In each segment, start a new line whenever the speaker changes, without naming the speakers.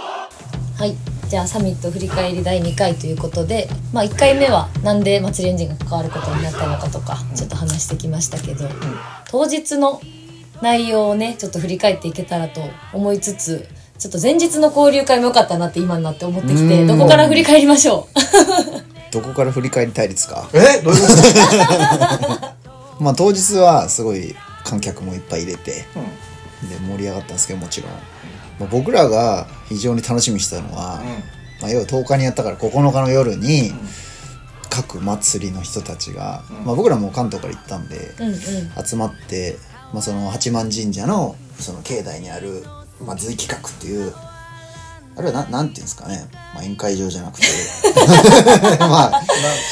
はいじゃあサミット振り返り第2回ということで、まあ、1回目はなんで祭りエンジンが関わることになったのかとかちょっと話してきましたけど、当日の内容をねちょっと振り返っていけたらと思いつつちょっと前日の交流会も良かったなって今になって思ってき
う
て
ん
どこから振り返りましょ
どこから振り返りたいですか
えどういうこと
まあ当日はすごい観客もいっぱい入れて、で盛り上がったんですけどもちろん、まあ、僕らが非常に楽しみにしてたのは、まあ、要は10日にやったから9日の夜に各祭りの人たちが、まあ、僕らも関東から行ったんで
ううんうん
集まって、まあ、その八幡神社のその境内にある、まあ、随企画っていうあれはななんていうんですかね、まあ、宴会場じ ゃなくてまあ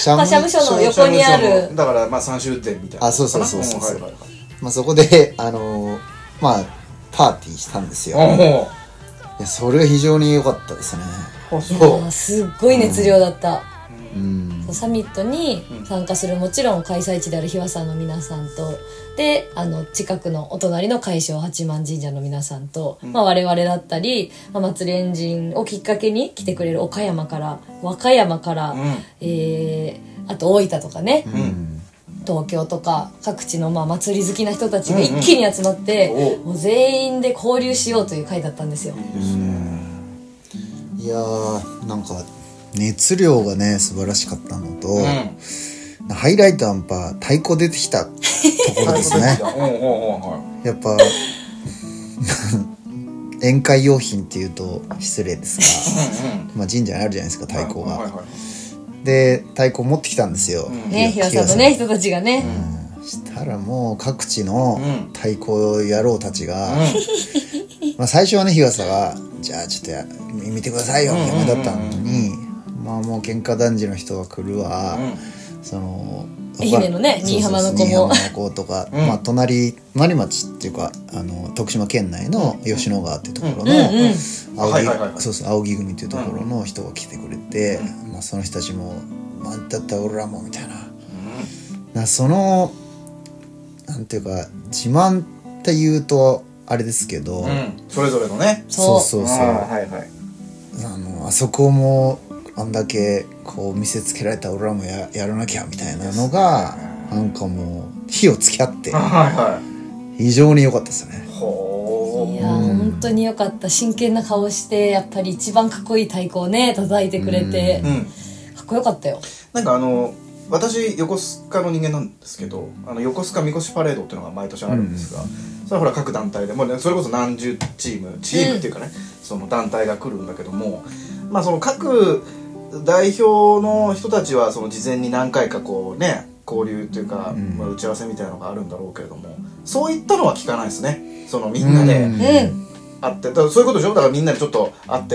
社
まあ社務所の 横にある
だからまあ三周点みたいな
あそうそうそうそうそうん
はいはいはい
まあ、そこで、 あのーまあ、パーティーしたんですよ。い
あ
やそれが非常に良かったですね。
あ
いや
そう
ーすっごい熱量だった、
うん。
サミットに参加するもちろん開催地である日和さんの皆さんとであの近くのお隣の海上八幡神社の皆さんと、まあ、我々だったり、まあ、祭りエンジンをきっかけに来てくれる岡山から和歌山から、
ん
えーあと大分とかね、
うん。
東京とか各地のまあ祭り好きな人たちが一気に集まって、
うん
もう全員で交流しようという会だったんですよ。
いいですね
いやー、なんか、熱量がね、素晴らしかったのと、
う
ハイライトはやっぱ太鼓出てきたところ ですね。
んうんうんうんはい
やっぱ、 宴会用品っていうと失礼ですが、
うん
まあ神社にあるじゃないですか、太鼓
うんはい
が。
はい
で、太鼓持ってきたんですよ。
うん
ね、
い
日
や
和さんのね、人たちがね、
したらもう各地の
うん
太鼓野郎たちが、
は い
まあ、最初はね日傘が「じゃあちょっとや見てくださいよ」
うん
み
うんうん
たいなだったのに、まあもう喧嘩男児の人が来るわ、
うん
その
愛媛のね
そうそうそう
新居浜の子も
新居浜の子とか、
うん
まあ隣隣町っていうかあの徳島県内の吉野川っていうところの、
うんうん
青
は
木
いはいはい
そうそう青木組っていうところの人が来てくれて、まあ、その人たちも「まあ、だったら俺らも」みたいな。なそのなんていうか自慢っていうとあれですけど、
うんうんそれぞれのね
そう
そう
そうそう
あ
あ
ーはいはい
のあそこもあんだけこう見せつけられた俺らもややらなきゃみたいなのがなんかもう火をつき合って
はいはい
非常に良かったですね
ほ
い
ー
やー、本当によかった真剣な顔してやっぱり一番かっこいい太鼓をね叩いてくれて、
うん
かっこよかったよ
なんかあの私横須賀の人間なんですけどあの横須賀みこしパレードっていうのが毎年あるんですが、それはほら各団体でもう、ね、それこそ何十チームチームっていうかね、その団体が来るんだけどもまあその各代表の人たちはその事前に何回かこうね交流というか、
ん
まあ、打ち合わせみたいなのがあるんだろうけれどもそういったのは聞かないですねそのみんなで
う
う
ん
ん、
会ってだからそういうことでしょだからみんなでちょっと会って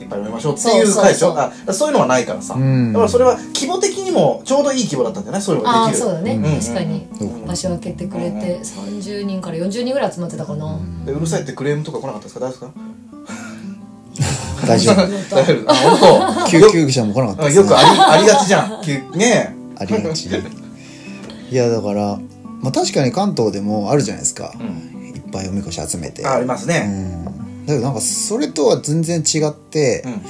いっぱい飲みましょうっていう会でし
そうそうそ
ょ
う
あだからそういうのはないからさ、
うん
だからそれは規模的にもちょうどいい規模だったんじゃないそういうの
あ
が
あ
できる
そうだね、
ん
確かに、
うん
場所を開けてくれて、
うん
30人から40人ぐらい集まってたかな、
でうるさいってクレームとか来なかったですか大丈夫ですか
大丈 夫
大丈夫あ本
救急車も来なかった
当
です
よ
ね
くありありがちじゃんきゅね
ありがちいやだから、まあ、確かに関東でもあるじゃないですか、
え、うん、
いっぱいおみこし集めて
ああります
う
ね
んだけどなんかそれとは全然違って、
うん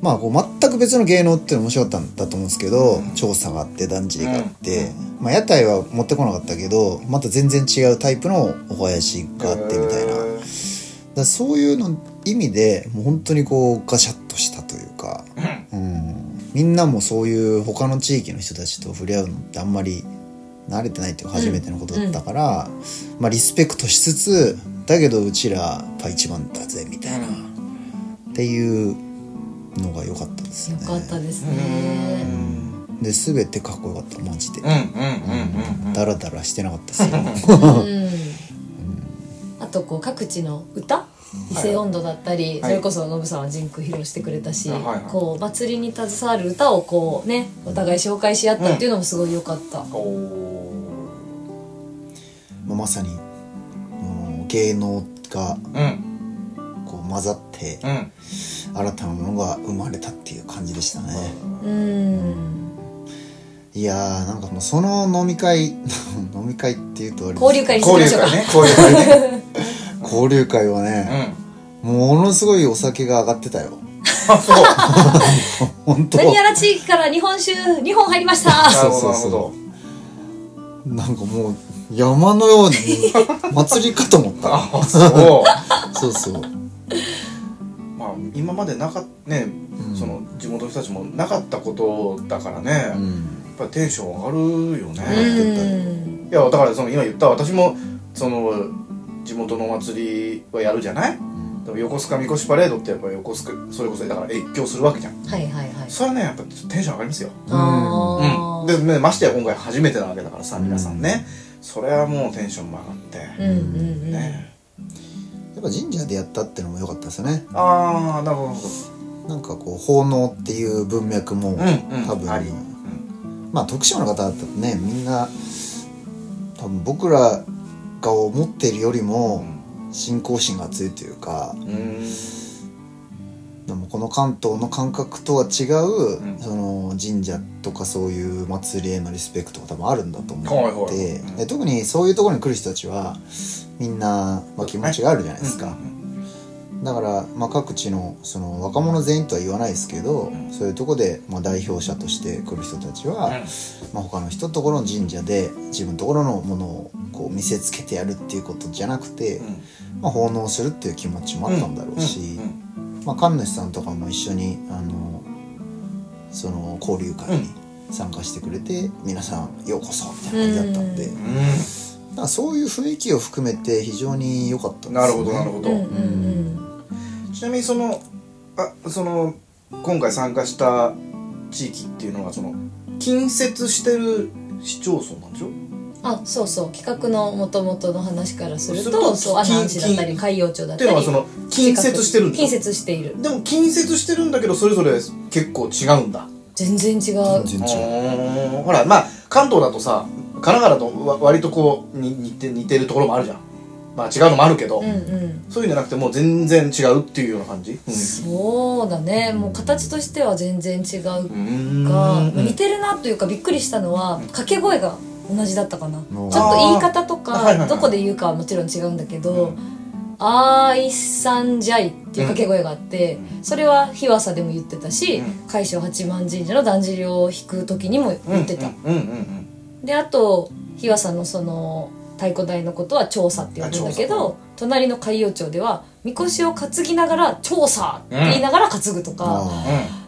まあこう全く別の芸能っていうの面白かったんだと思うんですけど、調査があって断じりがあって、まあ、屋台は持ってこなかったけどまた全然違うタイプのお囃子があってみたいな、
へ
だか
ー
らそういうの意味でもう本当にこうガシャッとしたというか、うんみんなもそういう他の地域の人たちと触れ合うのってあんまり慣れてないっていうか初めてのことだったから、まあ、リスペクトしつつだけどうちらやっぱ一番だぜみたいな、っていうのが良かったです
よ
ね。
かったです
うー
ね
ん
で全てかっこよかったマジで
うんうんうんうん
ダラダラしてなかったですよ
うん、あとこう各地の歌伊勢音頭だったり、
はい
それこそノブさんはジンク披露してくれたし、
あはいはい
こう祭りに携わる歌をこうねお互い紹介し合ったっていうのもすごい良かった、
お
まあまさにもう芸能が
ーうん
こう混ざって
うん
新たなものが生まれたっていう感じでしたね
うん
いやーなんかもうその飲み会 飲み会っていうとあれです
交流会にし
交
ま
流
しょうか
会ね交流会ね
交流会は
う
ね、
ん
ものすごいお酒が上がってたよ
あそう
本当
何やら地域から日本酒2本入りました
そう
なるほど
そう
な
そうな
るほど
んかもう山の ように祭りかと思った
あそ
そうそう
うまあ今までなかね
ん
その地元の人たちもなかったことだから
う
ね、やっ
ん
ぱりテンション上がるよね、
うん
いやだからその今言った私もその地元のお祭りはやるじゃない、でも横須賀みこしパレードってやっぱり横須賀それこそだから越境するわけじゃん
はいはいはい
それはねやっぱテンション上がりますよ、
あ
うん、
ー
でねましてや今回初めてなわけだからさ皆さんね、それはもうテンションも上がって、
うんうんうん
ね
やっぱ神社でやったってのも良かったですよね
ああなるほど
なんかこう奉納っていう文脈も
うんうん
多分、
あり、うん
まあ徳島の方だったらねみんな多分僕らが思っているよりも信仰心が強いというか
うーん
でもこの関東の感覚とは違う、
うん
その神社とかそういう祭りへのリスペクトが多分あるんだと思って、
はいはいうん
で特にそういうところに来る人たちはみんな、まあ、気持ちがあるじゃないですか、だから、まあ、各地のその若者全員とは言わないですけど、
ん
そういうとこで、まあ、代表者として来る人たちは、まあ、他の人のところの神社で自分のところのものをこう見せつけてやるっていうことじゃなくて、まあ、奉納するっていう気持ちもあったんだろうし、
うんうん
まあ、神主さんとかも一緒にあのその交流会に参加してくれて、皆さんようこそみたいな感じだったんで、
う
うんうん
だからそういう雰囲気を含めて非常に良かったです
なるほどなるほど、
うんうん
ちなみにそのあその今回参加した地域っていうのはその近接してる市町村なんでしょ
あそうそう企画のもともとの話からする
すると
とそう阿南市だったり
近
海陽町だっ
ったていう
り
のはその近接してるんで
近
しょ
接している
でも近接してるんだけどそれぞれ結構違うんだ
全然違う
全然違う
うーんほらまあ関東だとさ神奈川だとわ割とこうに似て似てるところもあるじゃんまあ違うのもあるけど、
うんうん
そういうんじゃなくてもう全然違うっていうような感じ、
そうだねもう形としては全然違うが
うん、
似てるなというかびっくりしたのは掛け声が同じだったかなち
ー
ょっと言い方と
あーはいはいは
か
い
どこで言うかはもちろん違うんだけ
う
ど
ん
「あーいさんじゃい」っていう掛け声があってそれは日和佐でも言ってたし
うん
海将八幡神社のだんじりを引く時にも言ってた
うんうんうんうん
であと日和佐のその太鼓台のことは調査って呼ぶんだけ
あ調
ど隣の海洋町ではみこしを担ぎながら「調査」って言いながら担ぐとか、
あ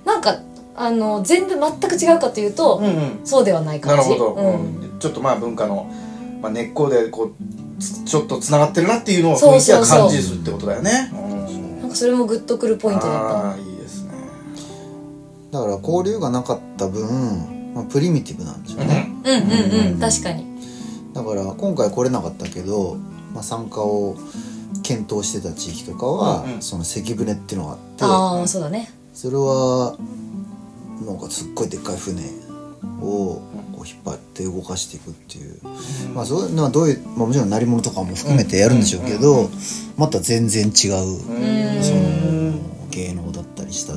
う
なんかあの全部全く違うかというと、
んうんうん
そうではない
な
感
る
じ
ほど、
うん
うんちょっとまあ文化の、まあ、根っこでこうつちょっとつながってるなっていうのを
そ
雰
う
囲気
そ
は
うそう
感じするってことだよねうん
なんかそれもグッとくるポイントだっ
あーいいですね
ーだから交流がなかった分、まあ、プリミティブなんですよね、
たうんうんうん確かに
だから今回来れなかったけど、まあ、参加を検討してた地域とかは、
うんうん
その関船っていうのがあって
ああそうだね
それはなんかすっごいでっかい船をこう引っ張って動かしていくっていう、まあそういうのはどういう、まあ、もちろん鳴り物とかも含めてやるんでしょうけど、また全然違う
うん
芸能だったりした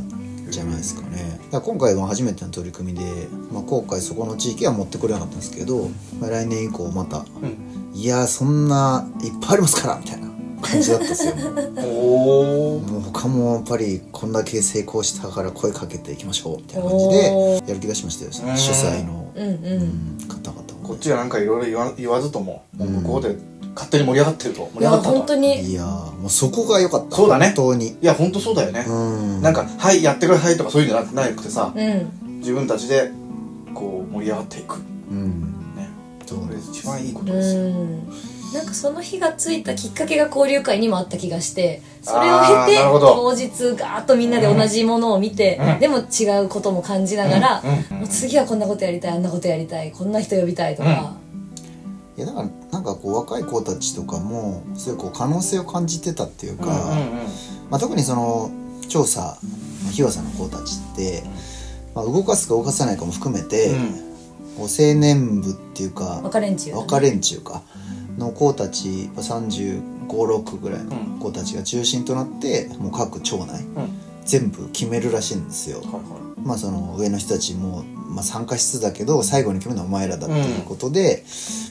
じゃないですかね。だから今回は初めての取り組みで、まあ、今回そこの地域は持ってこれなかったんですけど、まあ、来年以降また
うん
「いやーそんないっぱいありますから」みた いな感じだったんですよ。もう
おー
もう他もやっぱりこんだけ成功したから声かけていきましょうみたいな感じで。
おー
やる気出しましたよ主
うん
催の、
うんう
うんん、方々
こっ
も
ちはなんかいろいろ言わ言わずとももう
うん
向こうで勝手に盛り上がってると
い
盛り上
や
がった
本
と
当
い
に
やーもうそこが良かった
そうだね
本当に
いや本当そうだよね
う、ん
なんか「はいやってください」とかそういうんじゃなくなくてさ
うん
自分たちでこう盛り上がっていく
うん
ね
そう
これ一番いいこと
う
ですよ、
んなんかその日がついたきっかけが交流会にもあった気がしてそれを
あー
経て
なるほど
当日ガーッとみんなで同じものを見て、
うん
でも違うことも感じながら、
うんうん
もう次はこんなことやりたいあんなことやりたいこんな人呼びたいとか、
いやだからなんかこう若い子たちとかもそういうこう可能性を感じてたっていうか、
うんうんうん
まあ、特にその調査日和さんの子たちって、まあ、動かすか動かさないかも含めて、こう青年部っていうか
若連中
若連中かの子たち356ぐらいの子たちが中心となって、もう各町内、
ん
全部決めるらしいんですよ。
はいはい
まあその上の人たちも、まあ、参加しつつだけど最後に決めるのはお前らだっていうことで、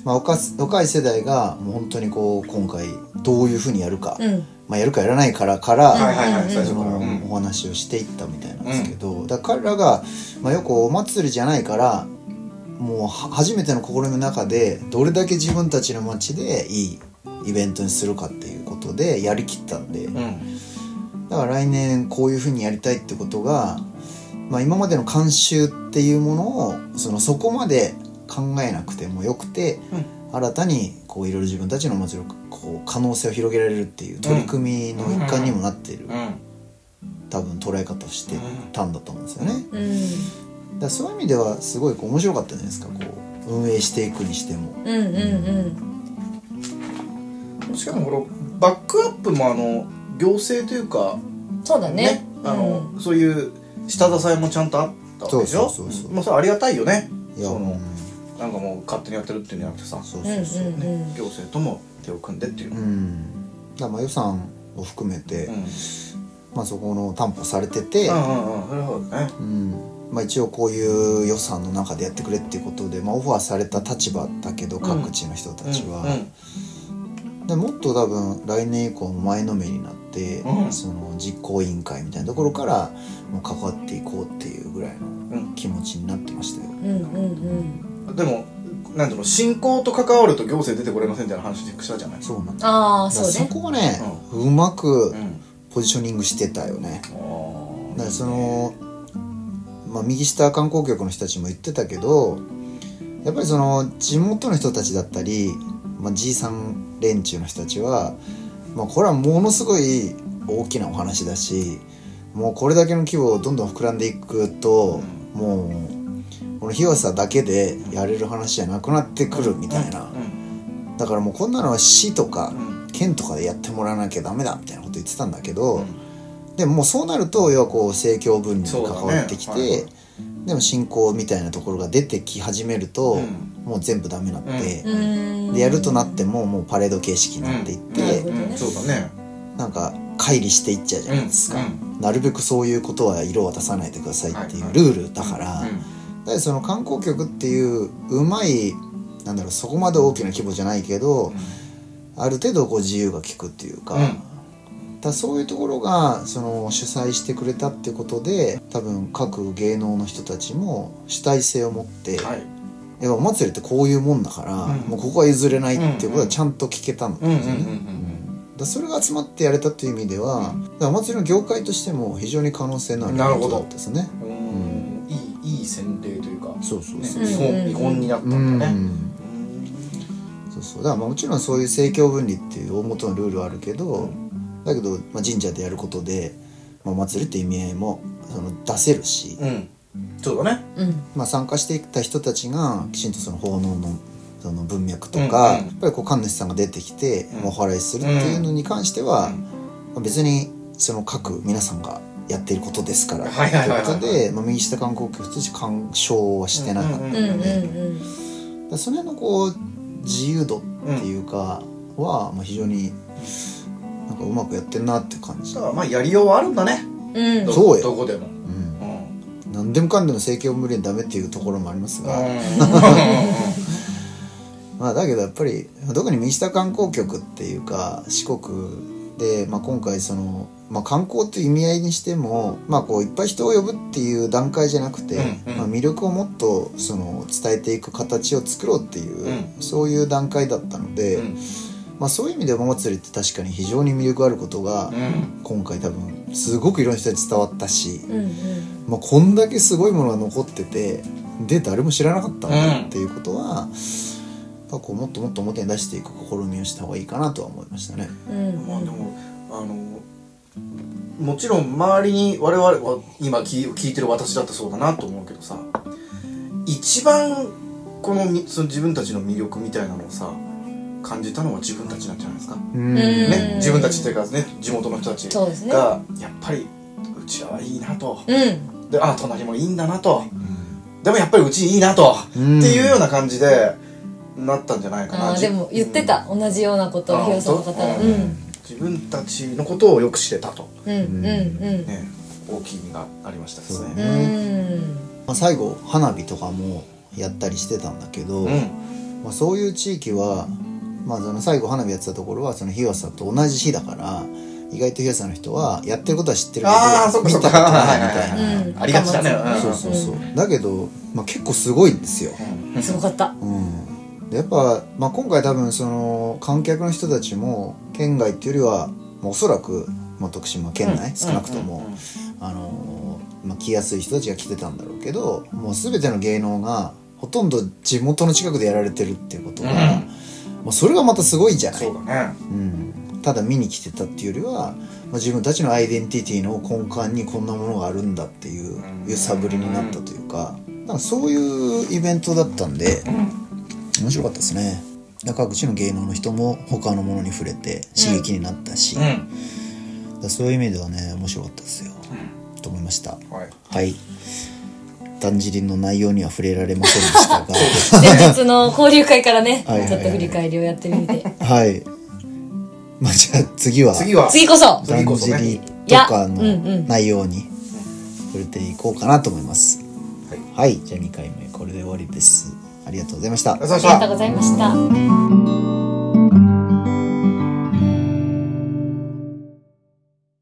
まあ、若す若い世代がもう本当にこう今回どういうふうにやるか、
うん
まあ、やるかやらないからから、
はいはいはい、
うん
最
そ
初か
の
ら、うん
お話をしていったみたいなんですけど、だから彼らが、まあ、よくお祭りじゃないからもうは初めての試みの中でどれだけ自分たちの街でいいイベントにするかっていうことでやりきったんで、
うん
だから来年こういうふうにやりたいってことが、まあ、今までの慣習っていうものをそのそこまで考えなくてもよくて、新たにこういろいろ自分たちのもちろんこう可能性を広げられるっていう取り組みの一環にもなっている、
うん
多分捉え方をしてたんだと思うんですよね。だか
うん
らそういう意味ではすごいこう面白かったじゃないですかこう運営していくにしても。
うんうん
しかもこのバックアップもあの行政というか
うんそうだね
あの、そういう下支えもちゃんとあったわけでしょ
そうそうそうそう
まあそれありがたいよね
いや
その
うん
なんかもう勝手にやってるっていうんじゃなくてさ
そう
うんう
そ
ん
うそう、
うんうん
行政とも手を組んでっていうう、
ん、だからまあ予算を含めて、
うん、
まあ、そこの担保されてて、
うんうんうんそれはそうだね
うんまあ、一応こういう予算の中でやってくれっていうことで、まあ、オファーされた立場だけど
ん
各地の人たちは、
う
でもっと多分来年以降も前のめりになって、
うん
その実行委員会みたいなところからもう関わっていこうっていうぐらいの
ん
気持ちになってましたよ。
うんうん
うんでもなんていうの信仰と関わると行政出てこれませんみたいな話したじゃない
そうなんだ
ああ
だから
そう
そ
ね
こはね、うまくポジショニングしてたよね。
うん
だからその、まあ、右下観光局の人たちも言ってたけどやっぱりその地元の人たちだったり、まあ、じいさん連中の人たちは、まあ、これはものすごい大きなお話だしもうこれだけの規模をどんどん膨らんでいくと、もうこの日さだけでやれる話じゃなくなってくるみたいな、
うん
だからもうこんなのは市とか
うん
県とかでやってもらわなきゃダメだみたいなこと言ってたんだけど、でももうそうなると要はこう政教分離に関わってきて、
そうだねはいは
でも信仰みたいなところが出てき始めると、
うん
もう全部ダメになって
う、ん
でやるとなってももうパレード形式になっていって、
うん
うんそうだね
なんか乖離していっちゃうじゃないですか、
うん
なるべくそういうことは色を渡さないでくださいってい
は
う
いは
ルールだから、だからその観光局っていううまいなんだろうそこまで大きな規模じゃないけど、ある程度こう自由が利くっていうか。
うん
だからそういうところがその主催してくれたってことで多分各芸能の人たちも主体性を持って、
はい
やっぱお祭りってこういうもんだから、
うん
もうここは譲れないっていうことはちゃんと聞けたんです
うん
よ
うん
ね
う
だ
んう。ん
からそれが集まってやれたという意味では、だからお祭りの業界としても非常に可能性のあるイベントだったですね。
うんいいいい洗礼というか
そうそうそう、
ね日
うんうんう
本
ん
見本になった
うんん
だね
そうそうだからまあもちろんそういう政教分離っていう大元のルールはあるけど、だけど、まあ、神社でやることで、まあ、お祭りって意味合いもその出せるし、
うんそうだね
うん
まあ、参加してきた人たちがきちんとその奉納のその文脈とか、
うんうん
やっぱりこう神主さんが出てきて、
うん
お祓いするっていうのに関しては、
うん
まあ別にその各皆さんがやっていることですからと
はいはいはいいうはい
ことで、まあ、右下観光局として干渉はしてなかった。
うんうんうん
だからその辺のこう自由度っていうかは、まあ、非常になんかうまくやってんなって感じ、
だからまあやりようはあるんだね
うん
ど
そうよ
どこでも
うん、
うん
何でもかんでも政教無理にダメっていうところもありますが、まあ、だけどやっぱり特に右下観光局っていうか四国で、まあ、今回その、まあ、観光という意味合いにしても、まあ、こういっぱい人を呼ぶっていう段階じゃなくて、
うんうん
まあ、魅力をもっとその伝えていく形を作ろうっていう、
う
そういう段階だったので。
うん
まあ、そういう意味でお祭りって確かに非常に魅力あることが、
うん
今回多分すごくいろんな人に伝わったし、
うんうん
まあ、こんだけすごいものが残っててで誰も知らなかったんだ
うん
っていうことは、やっぱこうもっともっと表に出していく試みをした方がいいかなとは思いましたね。
うん
まあでもあのもちろん周りに我々は今聞い聞いてる私だってそうだなと思うけどさ一番このみその自分たちの魅力みたいなのをさ感じたのは自分たちなんじゃないですか、
うん
ね
ね自分たちっていうかね地元の人たち
そうですね
が、やっぱりうちらはいいなと、
うん
であ隣もいいんだなと、でもやっぱりうちいいなと、
うん
っていうような感じでなったんじゃないかな
あー
じ
でも言ってた同じようなことを
あ
ひよさんの方
本
が
当
うん
自分たちのことをよく知れたと、
うんうん
ね、大きい意味がありましたです
そう
う
ね
ね。
ん
まあ、最後花火とかもやったりしてたんだけど、
うん
まあ、そういう地域は、まあ、その最後花火やってたところはその日和さと同じ日だから意外と東さんの人はやってることは知ってるけど
あーそっか
見
そ
た
っ
こ
か
とないみたい
は
な、
いはいはい
うん
ありがちだね
赤松
そうそうそう、だけど、まあ、結構すごいんですよ、
うん
すごか った
うん、でやっぱ、まあ、今回多分その観客の人たちも県外っていうよりは、まあ、おそらく、まあ、徳島県内、
うん
少なくとも、
うんうん
あのーまあ、来やすい人たちが来てたんだろうけどもう全ての芸能がほとんど地元の近くでやられてるっていうことが、
うん
まあ、それがまたすごいじゃない、
そうだね
うん、ただ見に来てたっていうよりは、まあ、自分たちのアイデンティティの根幹にこんなものがあるんだっていう
うん
揺さぶりになったというかなんかそういうイベントだったんで面白かったですね各地の芸能の人も他のものに触れて刺激になったし、だ
う
からそういう意味ではね面白かったですよ、と思いました
んはい
はいだんじりの内容には触れられませんでしたが
前日の交流会からね
はいはいは
ちょ
い
っと振り返りをやってみて
はいまあじゃあ次は
次は
次こそ
だんじりと
いやう
かの
んうん
内容に触れていこうかなと思います。
はい
はい、じゃあ2回目これで終わりです。ありがとうございました
あ。りがとうございまし
あり
た
がとうございました